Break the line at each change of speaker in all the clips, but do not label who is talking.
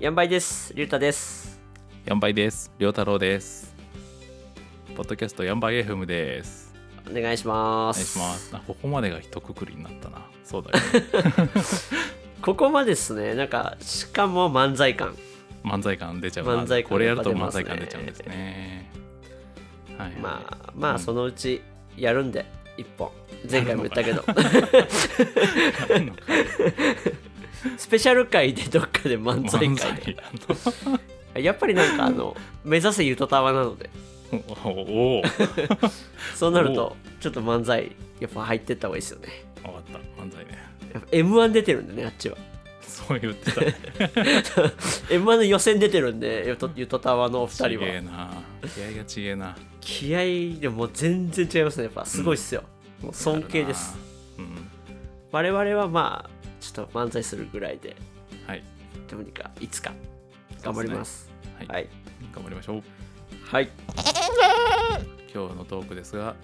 4倍です。りゅうたです。
ヤンバイです。りょうたろうです。ポッドキャストヤンバイ FM です。
お願いしま
お願い
す。
します。あここまでが一括りになったな。そうだよね。
ここまでですね、なんか、しかも漫才感。
漫才感出ちゃうな。
漫才感
これやると
やっぱ出
漫
ますね
才感出ちゃうんですね。はい、はい。
まあ、ま
う
あ、
ん
そのうちやるんで、1本。前回も言ったけど、
やるのか
スペシャル回でどっかで漫才
漫
会
才や
で。やっぱりなんか、あの、目指せゆとたわなので、
んの おお。わか
そうなると、ちょっと漫才、やっぱ入ってった方がいいですよね。
った。漫才ね。
やっぱ M1 出てるんでね、あっちは。
そう言ってたね。
M1 の予選出てるんで、ゆとゆとたわのお二
ち
人
げえ
は。
な。気合がちげえな。
気合でもう全然違いますね、やっぱ、すごいっすよ。もう尊敬です。
あるな。うん。
我々はまあちょっと漫才するぐらいで
はい。
どうにかいつか頑張ります
はい。
はい
頑張りましょう。
はい
今日のトークですが、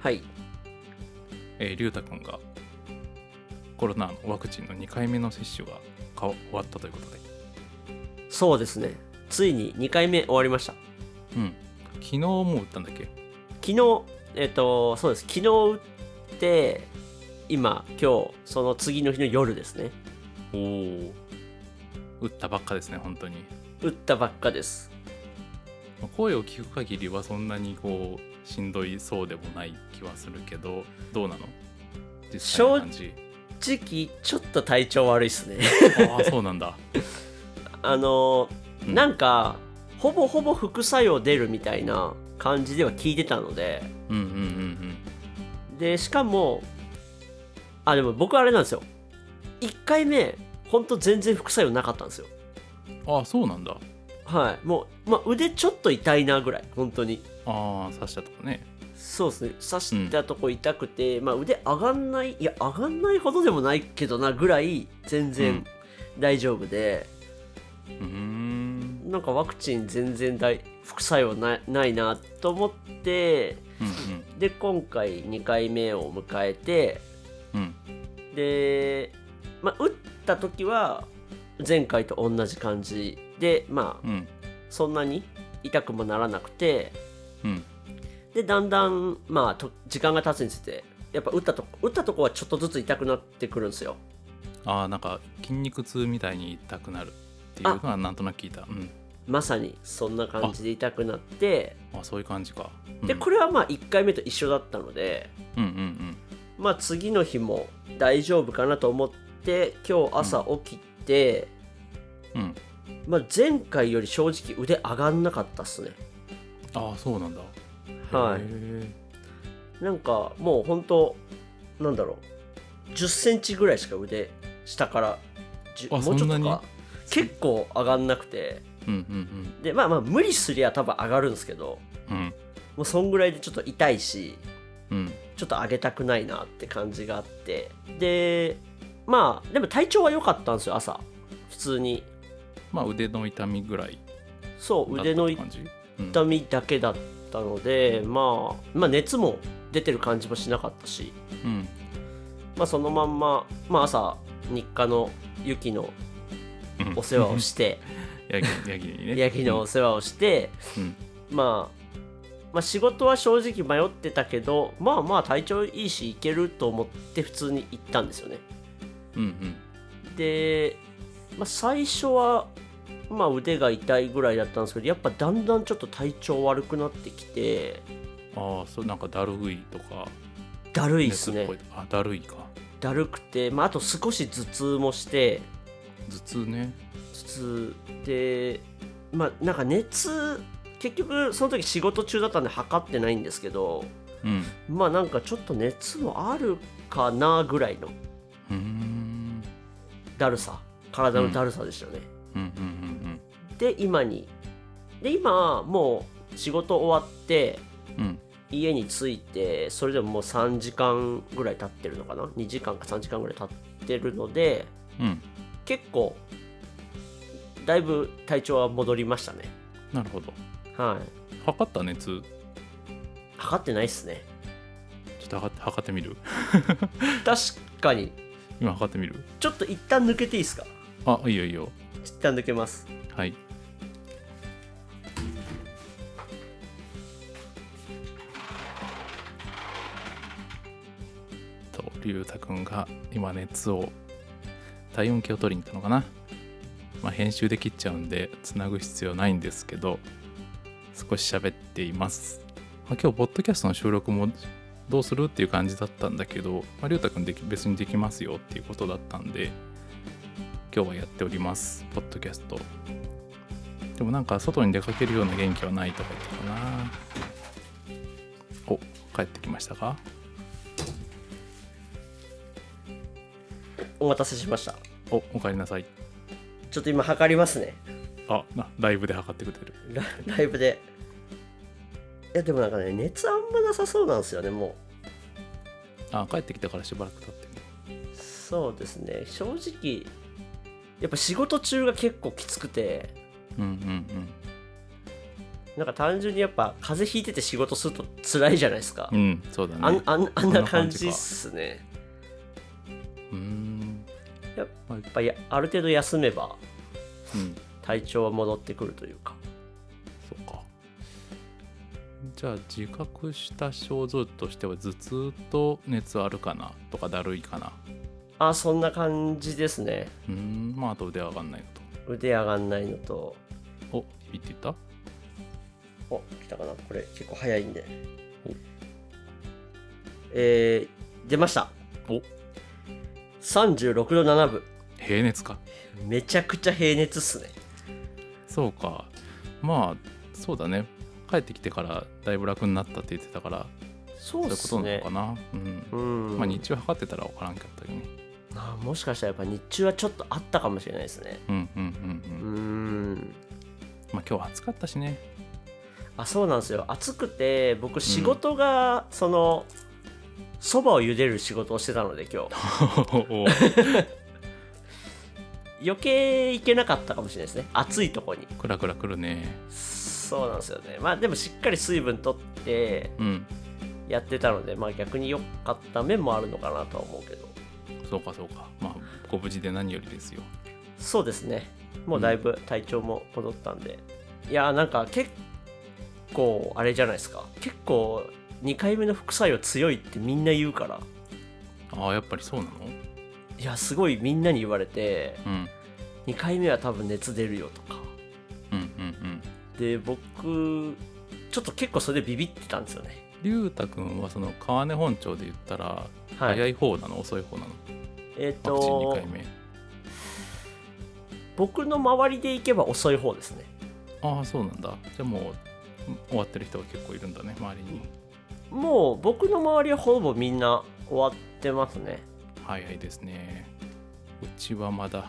はい
えー、りゅうたくんがコロナのワクチンの2回目の接種がか終わったということで、
そうですねついに2回目終わりました
うん、昨日もう打ったんだっけ
昨日えっ、とそうです昨日打って今今日その次の日の夜ですね
おお打ったばっかですね本当に
打ったばっかです
まあ声を聞く限りはそんなにこうしんどいそうでもない気はするけどどうなの実際の感じ
時期ちょっと体調悪いっすね
ああそうなんだ
あの
う
なんかほぼほぼ副作用出るみたいな感じでは聞いてたので
うんうんうんうん
でしかもあでも僕あれなんですよ1回目ほんと全然副作用なかったんですよ
ああそうなんだ
はいもう、まあ、腕ちょっと痛いなぐらい本当に
ああ刺したとかね
そうですね刺したとこ痛くて、まあ、腕上がんないいや上がんないほどでもないけどなぐらい全然大丈夫で、
うーん
なんかワクチン全然大副作用ないないなと思って
うん
で今回2回目を迎えて
うんうん
で、まあ、打った時は前回と同じ感じでまあ
うん
そんなに痛くもならなくて
うん
でだんだんまあと時間が経つにつれてやっぱ打ったとこ打ったとこはちょっとずつ痛くなってくるんですよ
ああなんか筋肉痛みたいに痛くなるっていうのはなんとなく聞いたうん
まさにそんな感じで痛くなって
あそういう感じか、うん、
でこれはまあ1回目と一緒だったので
うんうん
まあ次の日も大丈夫かなと思って今日朝起きて、
うんうん
まあ、前回より正直腕上がんなかったっすね
ああそうなんだ
はい
へー
なんかもう本当なんだろう1 0センチぐらいしか腕下からじゅも
あ
うちょっ
そんな
と
に
か結構上がんなくて
うんうん
でまあまあ無理すりゃ多分上がるんですけど
うんうん
もうそんぐらいでちょっと痛いし
うん
ちょっと上げたくないなって感じがあってでまあでも体調は良かったんですよ朝普通に
まあ腕の痛みぐらい
そう腕の
だったって感じうん
痛みだけだったので、まあ、まあ熱も出てる感じもしなかったし
うん
まあ、そのまんま、まあ、朝日課のユキの
うん
お世話を して
ヤギヤギにね
ヤギのお世話をして、
うん
まあ、まあ仕事は正直迷ってたけどまあまあ体調いいし行けると思って普通に行ったんですよね
うんうん
で、まあ、最初は、まあ、腕が痛いぐらいだったんですけどやっぱだんだんちょっと体調悪くなってきて
ああそうなんかだるいとか
だるいです
熱っ
ね
ぽいとかあだるいか
だるくて、まあ、あと少し頭痛もして
頭痛ね
つつでまあなんか熱結局その時仕事中だったんで測ってないんですけど
うん
まあなんかちょっと熱もあるかなぐらいの
うーん
だるさ体のだるさでしたね、
うんうんうん
で今にで今もう仕事終わって
うんうん
家に着いてそれでももう3時間ぐらい経ってるのかな2時間か3時間ぐらい経ってるので
うん
結構だいぶ体調は戻りましたね
なるほど
はい
測った熱
測ってないっすね
ちょっと測って測ってみる
確かに
今測ってみる
ちょっと一旦抜けていいですか
あいいよいいよ
一旦抜けます
はいと龍太くんが今熱を体温計を取りに行ったのかな、まあ、編集で切っちゃうんでつなぐ必要ないんですけど少し喋っています、まあ、今日ポッドキャストの収録もどうするっていう感じだったんだけど、まあ、龍太くんでき別にできますよっていうことだったんで今日はやっておりますポッドキャストでもなんか外に出かけるような元気はないとか言ってたかなお帰ってきましたか
お待たせしました
おお帰りなさい
ちょっと今測りますね
あなライブで測ってくれてる
ラライブでいやでもなんかね熱あんまなさそうなんですよねも
あ帰ってきたからしばらく経ってね
うそうですね正直やっぱ仕事中が結構きつくて
うんうん
なんか単純にやっぱ風邪ひいてて仕事すると辛いじゃないですか、
うんうんそうだ
あん
ね
あんあん
そん
な
な
感
感じ
じ
か
っすね
うーん
やっ
はい
ぱりある程度休めば
うん
体調は戻ってくるというか
そうかじゃあ自覚した症状としては頭痛と熱あるかなとかだるいかな
あそんな感じですね
うーんまああと腕上がんないの
腕上がんないのと
とおピピって言った
お来たかなこれ結構早いんでえー、出ました
お
36度7分
平熱か
めちゃくちゃ平熱っすね
そうかまあそうだね帰ってきてからだいぶ楽になったって言ってたから
そう
そうい
で
うこと
す
なの
ね
かなう、
うんん、
まあ日中測ってたら分からんかったけどね
あもしかしたらやっぱ日中はちょっとあったかもしれないですね
うんうんうん
う
うん
ん
まあ今日暑かった しね
あそうなんですよ暑くて僕仕事がそのそば、蕎麦を茹でる仕事をしてたので今日
お
余計行けなかったかもしれないですね暑いとこに
くらくらくるね
そうなんですよねまあでもしっかり水分取って
うん
やってたのでまあ逆に良かった面もあるのかなとは思うけど
そうかそうかまあご無事で何よりですよ
そうですねもうだいぶ体調も戻ったんで、いやーなんか結構あれじゃないですか結構2回目の副作用強いってみんな言うから
ああやっぱりそうなの
いやすごいみんなに言われて
うん
2回目は多分熱出るよとか
うんうん
で僕ちょっと結構それでビビってたんですよね
うん龍太君はその川根本町で言ったら
はい
早い方なの遅い方なの
えっ、
ワクチン2
と
回目
僕の周りで行けば遅い方ですね
ああそうなんだじゃあもう終わってる人が結構いるんだね周りに
もう僕の周りはほぼみんな終わってますね
早いですねうちはまだ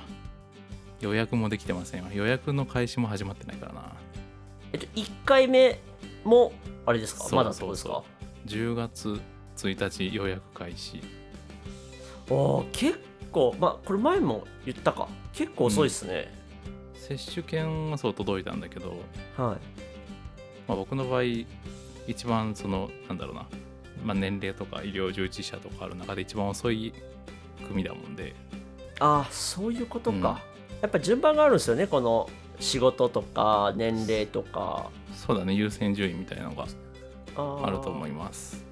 予約もできてませんわ予約の開始も始まってないからな
えっと1回目もあれですか
そう
まだってことです
そ
か
う10月1日予約開始
おー結構まあこれ前も言ったか結構遅いですね、
接種券はそう届いたんだけど、
はい
まあ、僕の場合一番そのなんだろうな、まあ、年齢とか医療従事者とかある中で一番遅い組だもんで
ああそういうことか、
うん
やっぱ順番があるんですよねこの仕事とか年齢とか
そうだね優先順位みたいなのが
あ
あると思い
ま
ます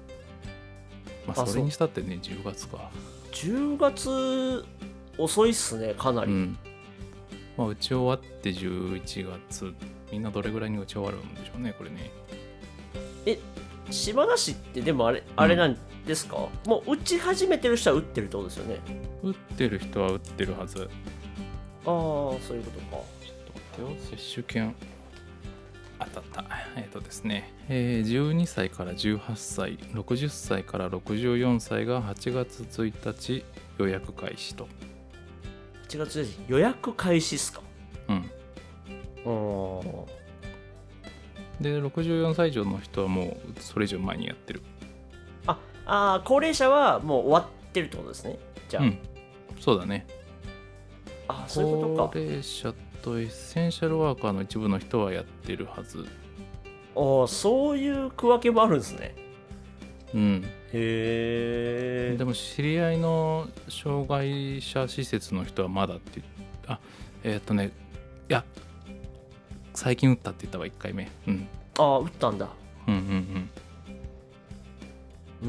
ま
あ
あそれにしたってね10月か
す10月遅いっすねかな
う
り、
んまあ、打ち終わって11月みんなどれぐらいに打ち終わるんでしょうねこれね
島田市ってでもあれあれなんですか、もう打ち始めてる人は打ってるってことですよね
打ってる人は打ってるはずちょっ
ああそういうことか
と待ってよ接種券あったあったえっ、とですね、えー12歳から18歳60歳から64歳が8月1日予約開始と
8月1日予約開始っすか
うん
うん
で64歳以上の人はもうそれ以上前にやってる
ああー高齢者はもう終わってるってことですねじゃあ、
うんそうだね
あーそういうこと
高
か
齢者とエッセンシャルワーカーの一部の人はやってるはず
ああそういう区分けもあるんですね
うん
へえ
でも知り合いの障害者施設の人はまだって言っあえーっ、とねや最近打ったって言ったわ1回目、うん、
ああ打ったんだ
うんうん
うー
う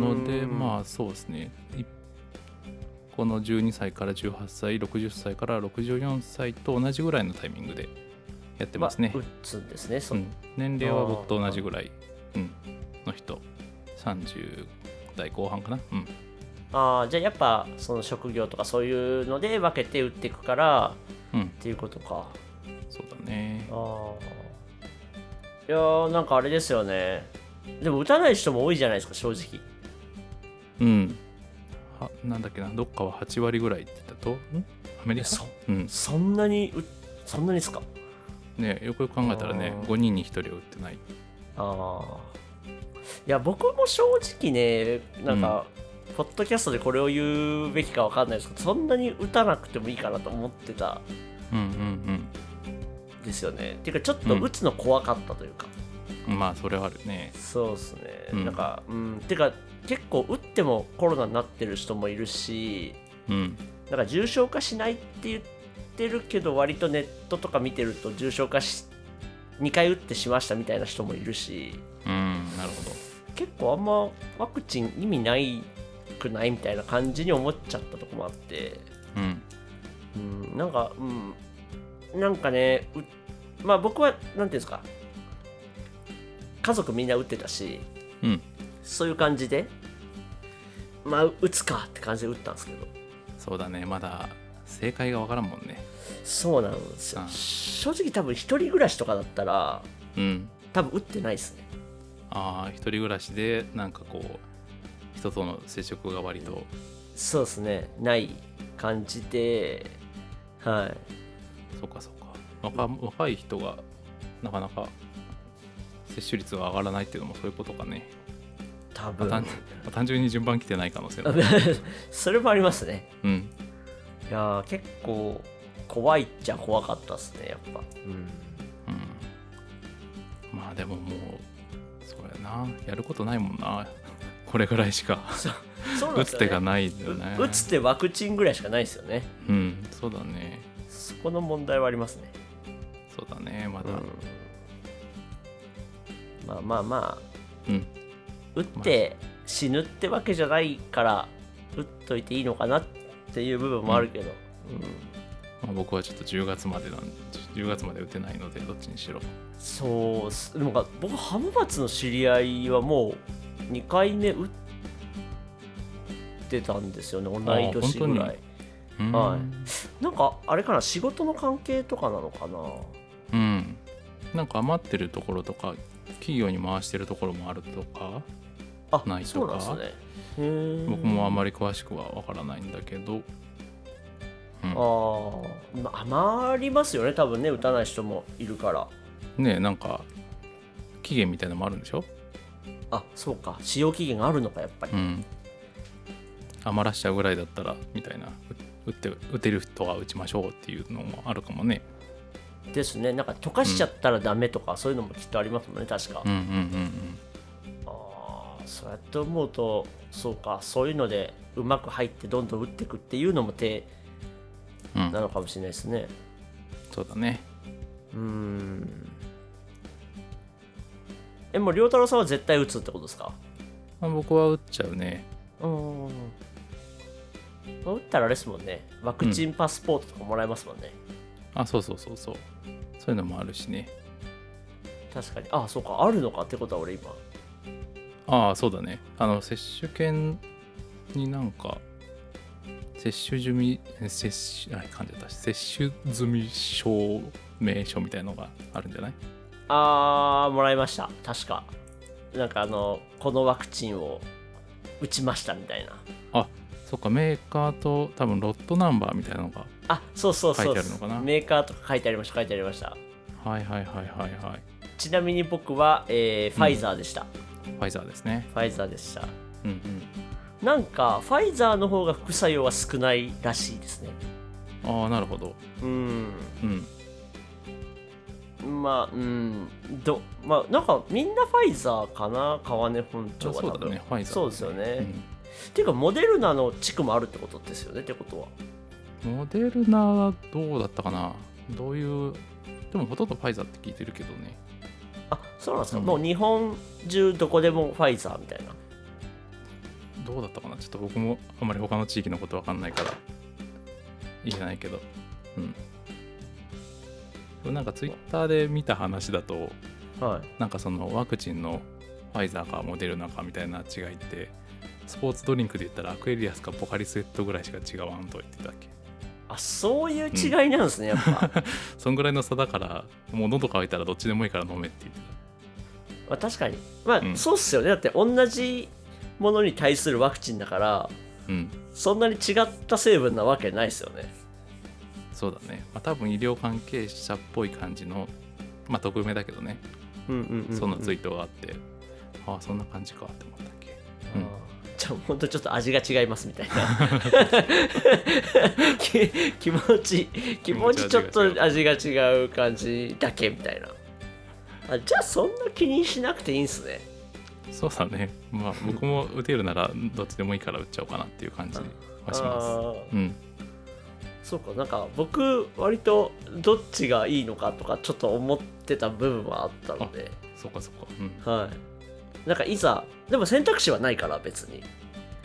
ん
のでまあそうですねいこの12歳から18歳60歳から64歳と同じぐらいのタイミングでやってますね、
打つんですねそ,、
うん、年齢は僕と同じぐらい、うん、の人30代後半かな、うん、
ああじゃあやっぱその職業とかそういうので分けて打っていくから
うん、
っていうことか
そうだね
ああいやーなんかあれですよねでも打たない人も多いじゃないですか正直
うんはなんだっけなどっかは8割ぐらいって言ったとんアメリカ
そう
うん
そんなにうそんなにですか
ねよくよく考えたらね
あー
5人に1人は打ってない
ああいや僕も正直ねなんか、ポッドキャストでこれを言うべきかわかんないですけどそんなに打たなくてもいいかなと思ってた
うんうん
んですよねっていうかちょっと
うん
打つの怖かったというか、
うんまあそれはあるね
そうですね、
うん
なんかうんてか結構打ってもコロナになってる人もいるし
うん
なんか重症化しないって言ってるけど割とネットとか見てると重症化し2回打ってしましたみたいな人もいるし
うんなるほど
結構あんまワクチン意味ないくないみたいな感じに思っちゃったとこもあって
うん
うんなんかうんなんかねうまあ僕は何ていうんですか家族みんな打ってたし
うん
そういう感じでまあ打つかって感じで打ったんですけど
そうだねまだ正解がわからんもんね
そうなんですよ
うん
正直多分一人暮らしとかだったら
うん
多分打ってないですね
ああ一人暮らしでなんかこう人との接触が割と
そうですねない感じではい
そうかそうか若若い人がなかなか接種率が上がらないっていうのもそういうことかね、
多
まあ単
分
まあ単純に順番来てない可能性も
それもありますね
うん
いやー結構怖いっちゃ怖かったっすねやっぱうん
うんまあでももうそうやなやることないもんな これぐらいしか
そうなん
打
です
つ
よ
手
ね
がないんだよね
う打つ手ワクチンぐらいしかないですよね
うんそうだね
そこの問題はありますね
そうだねまだ
うんまあまあまあ
うん
打って死ぬってわけじゃないから打っといていいのかなっていう部分もあるけど、
まあ僕はちょっと10月までなん10月まで打てないのでどっちにしろ
そうっすでもなんか僕浜松の知り合いはもう2回目打ってたんですよね同い年ぐ
あ本当
ら
に
い
うん
はいなんかあれかな仕事の関係とかなのかな
うん、なんか余ってるところとか企業に回してるところもあるとか
あ
ないと
そうな
か
んですねへー
僕もあんまり詳しくはわからないんだけど、う
あ
ん
ーまあ余りますよね多分ね打たない人もいるから
ねえなんか期限みたいなのもあるんでしょ、
あそうか使用期限があるのかやっぱり、
うん、余らしちゃうぐらいだったらみたいなう打って打てる人は打ちましょうっていうのもあるかもね
ですねなんか溶かしちゃったらダメとか、そういうのもきっとありますもんね確か、
うんうん
ああそうやって思うとそうかそういうのでうまく入ってどんどん打っていくっていうのも手
うんうんう
なんのかもしれないですね
そうだね
うーんえもう良太郎さんは絶対打つってことですか
まあ僕は打っちゃうね
うーんまあ打ったらあれですもんねワクチンパスポートとかもらえますもんね、
あそうそうそうそうそういうのもあるしね
確かにあそうかあるのかってことは俺今
ああそうだねあの接種券になんか接種済みえ接種あ噛んじゃった接種済み証明書みたいのがあるんじゃない
あーもらいました確かなんかあのこのワクチンを打ちましたみたいな
あそっかメーカーと多分ロットナンバーみたいなのが
あそうそうそう
書いてあるのかな
メーカーとか書いてありました書いてありました
はいはいはいはいはい
ちなみに僕は、えーファイザーでした、
ファイザーですね
ファイザーでした
うん
なんかファイザーの方が副作用は少ないらしいですね
うんああなるほど
うん
うん
まあうんどまあなんかみんなファイザーかな川根本
そ
町
う
は多分
だねファイザー
そうですよね、
うん
っていうかモデルナの地区もあるってことですよねってことは
モデルナはどうだったかなどういうでもほとんどファイザーって聞いてるけどね
あそうなんですか、
うん
もう日本中どこでもファイザーみたいな
どうだったかなちょっと僕もあんまり他の地域のことわかんないから言えないけどうんでもなんかツイッターで見た話だと
はい
なんかそのワクチンのファイザーかモデルナかみたいな違いってスポーツドリンクで言ったらアクエリアスかポカリスエットぐらいしか違わんと言ってたっけ
あそういう違いなんですね、やっぱ
そんぐらいの差だからもう喉乾いたらどっちでもいいから飲めって言って
まあ確かにまあ、
うん
そうっすよねだって同じものに対するワクチンだから
たうん
そんなに違った成分なわけないですよね
そうだね、まあ、多分医療関係者っぽい感じのまあ匿名だけどね
うんうんうんうん、
そのツイ
い
ートがあって、ああそんな感じかって思ったっけうん
じゃあほんとちょっと味が違いますみたい なき気持ち気持ちちょっと味が違う感じだけみたいなあじゃあそんな気にしなくていいんすね
そうだねまあ僕も打てるならどっちでもいいから打っちゃおうかなっていう感じはしま
あー
すうん
そうかなんか僕割とどっちがいいのかとかちょっと思ってた部分はあったので
そうかそうかうん
はいなんかいざでも選択肢はないから別に、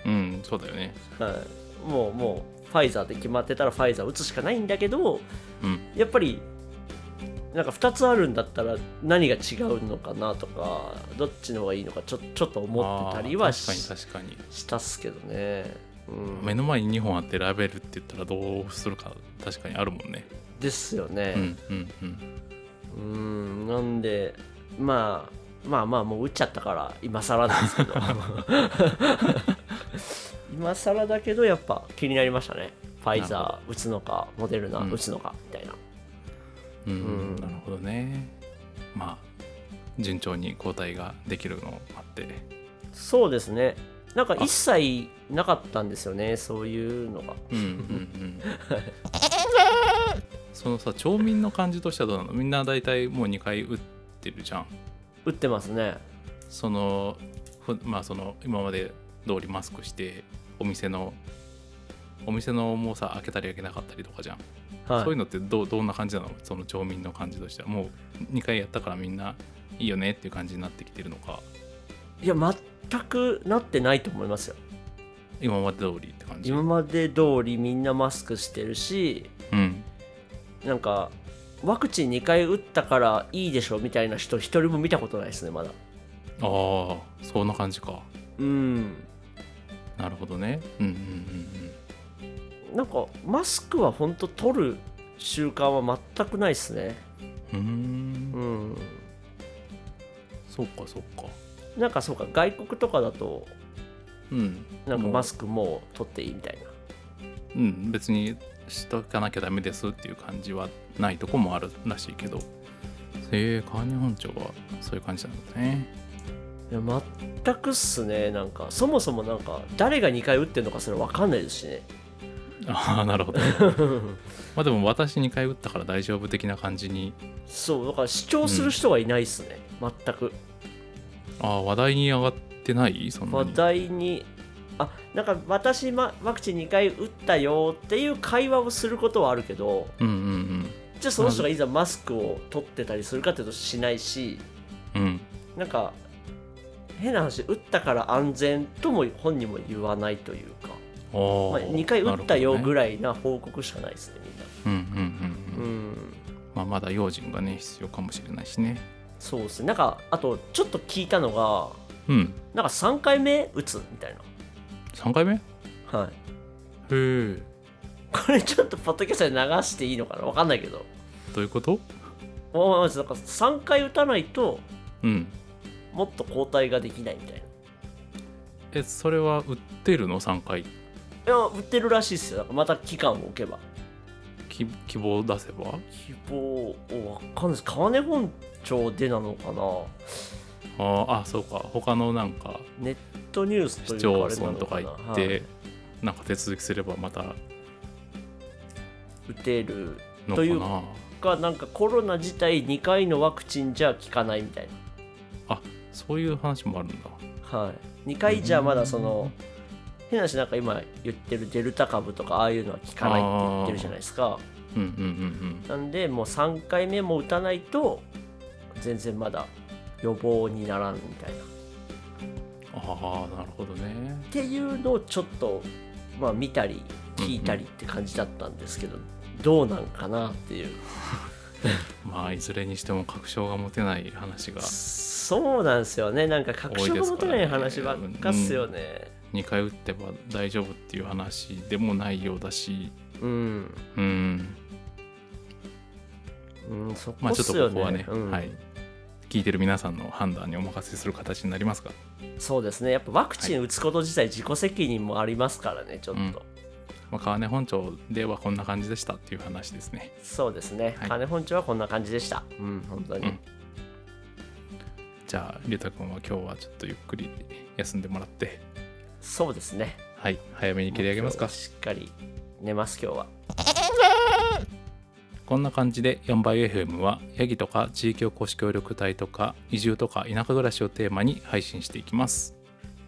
うん、そうだよね
はい、もうもうファイザーで決まってたらファイザー打つしかないんだけど
うん
やっぱりなんか2つあるんだったら何が違うのかなとかどっちの方がいいのかちょちょっと思ってたりは
あ
し
ー確かに確か
したっすけどね、うん
に目の前に2本あって選べるって言ったらどうするか確かにあるもんね
ですよね、
うんうんうん
うーんなんでまあまあまあもう打っちゃったから今更なんです けど今更だけどやっぱ気になりましたねファイ
なる
ザー打つのかモデルナ
うん
打つのかみたいな、
うん、
うん
なるほどねまあ順調に抗体ができるのもあって
そうですねなんか一切なかったんですよねそういうのが
うんうんうんそのさ町民の感じとしてはどうなのみんな大体もう2回打ってるじゃん
打ってますね
そのふまあその今まで通りマスクしてお店のお店のもうさ開けたり開けなかったりとかじゃん、
はい
そういうのってどうどんな感じなのその町民の感じとしてはもう2回やったからみんないいよねっていう感じになってきてるのか
いや全くなってないと思いますよ
今まで通りって感じ
今まで通りみんなマスクしてるし
うん
なんかワクチン2回打ったからいいでしょみたいな人一人も見たことないですねまだ
ああそんな感じか
うん
なるほどねうんうんうんうん
なんかマスクは本当取る習慣は全くないですね
うーん
うん
そうかそうか
なんかそうか外国とかだと
うん
なんか
もう
マスクもう取っていいみたい
うん別にしとかなきゃダメですっていう感じはないとこもあるらしいけどへえ川根本町はそういう感じなんだね
ないや全くっすねなんかそもそもなんか誰が2回打ってるのかそれ分かんないですしね
ああな るほどまあでも私2回打ったから大丈夫的な感じに
そうだから主張する人がいないっすね、全く
ああ話題に上がってないそんな
話
に
題にあなんか私、ま、ワクチン2回打ったよっていう会話をすることはあるけど
うんうん
じゃあその人がいざマスクを取ってたりするかっていうとしないし
うんうん
なんか変な話打ったから安全とも本人も言わないというか、ま
ああ、
あ、2回打ったよぐ
ら
ら
い、
いな報告しかないですね
うんうん
み
うんん
な
うん、
うん
まあ、まだ用心がね必要かもしれないしね
そうですねなんかあとちょっと聞いたのが
うん
なんか3回目打つみたい
3回目へ
なはい
え
これちょっとポッドキャストで流していいのかなわかんないけど
どういうこと
まあまあまずなんか3回打たないと
うん
もっと抗体ができないみたい
えそれは売ってるの3回
ないや売ってるらしいですよなんかまた期間を置けば
き希望を出せば
希望をわかんないです川根本町でなのかな
あーあそうか他のなんか
ネットニュースと
市
いう
町
かあれな
村
の
と
か
か
な
行って、
はい
なんか手続きすればまた
打てる
の
と
か
いう
な
かなんかコロナ自体2回のワクチンじゃ効かないみたい
そういう話もあるんだ
な、はい、2回じゃまだその変な話なんか今言ってるデルタ株とかああいうのは効かないって言ってるじゃないですか
うんうんうんうん
なんでもう3回目も打たないと全然まだ予防にならんみたいなっ
うんああなるほどね
ていうのをちょっとまあ見たり聞いたりって感じだったんですけど、どうなんかなっていう
まあいずれにしても確証が持てない話が
そうなんですよねなんか確証が持てない話ばっかっすよね
2回打ってば大丈夫っていう話でもないようだし
うん、
うん
うん、そこ
まあ
っ
ちょっ
す
とこ
よ
こは
ね
ね、
うん
はい、聞いてる皆さんの判断にお任せする形になりますが
そうですねやっぱワクチン打つこと自体自己責任もありますからねちょっと、
うんまあ、川根本町ではこんな感じでしたっていう話ですね。
そうですね、
はい
金本町はこんな感じでしたうん本当に、
うんじゃあ、りゅうたくんは今日はちょっとゆっくり休んでもらって、
そうですね
はい、早めに切り上げますか。
しっかり寝ます今日は
こんな感じで4倍 FM は、ヤギとか地域おこし協力隊とか、移住とか田舎暮らしをテーマに配信していきます。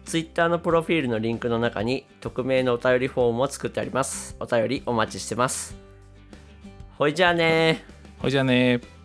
Twitter のプロフィールのリンクの中に匿名のお便りフォームを作ってありますお便りお待ちしてますほいじゃあねー
ほいじゃあねー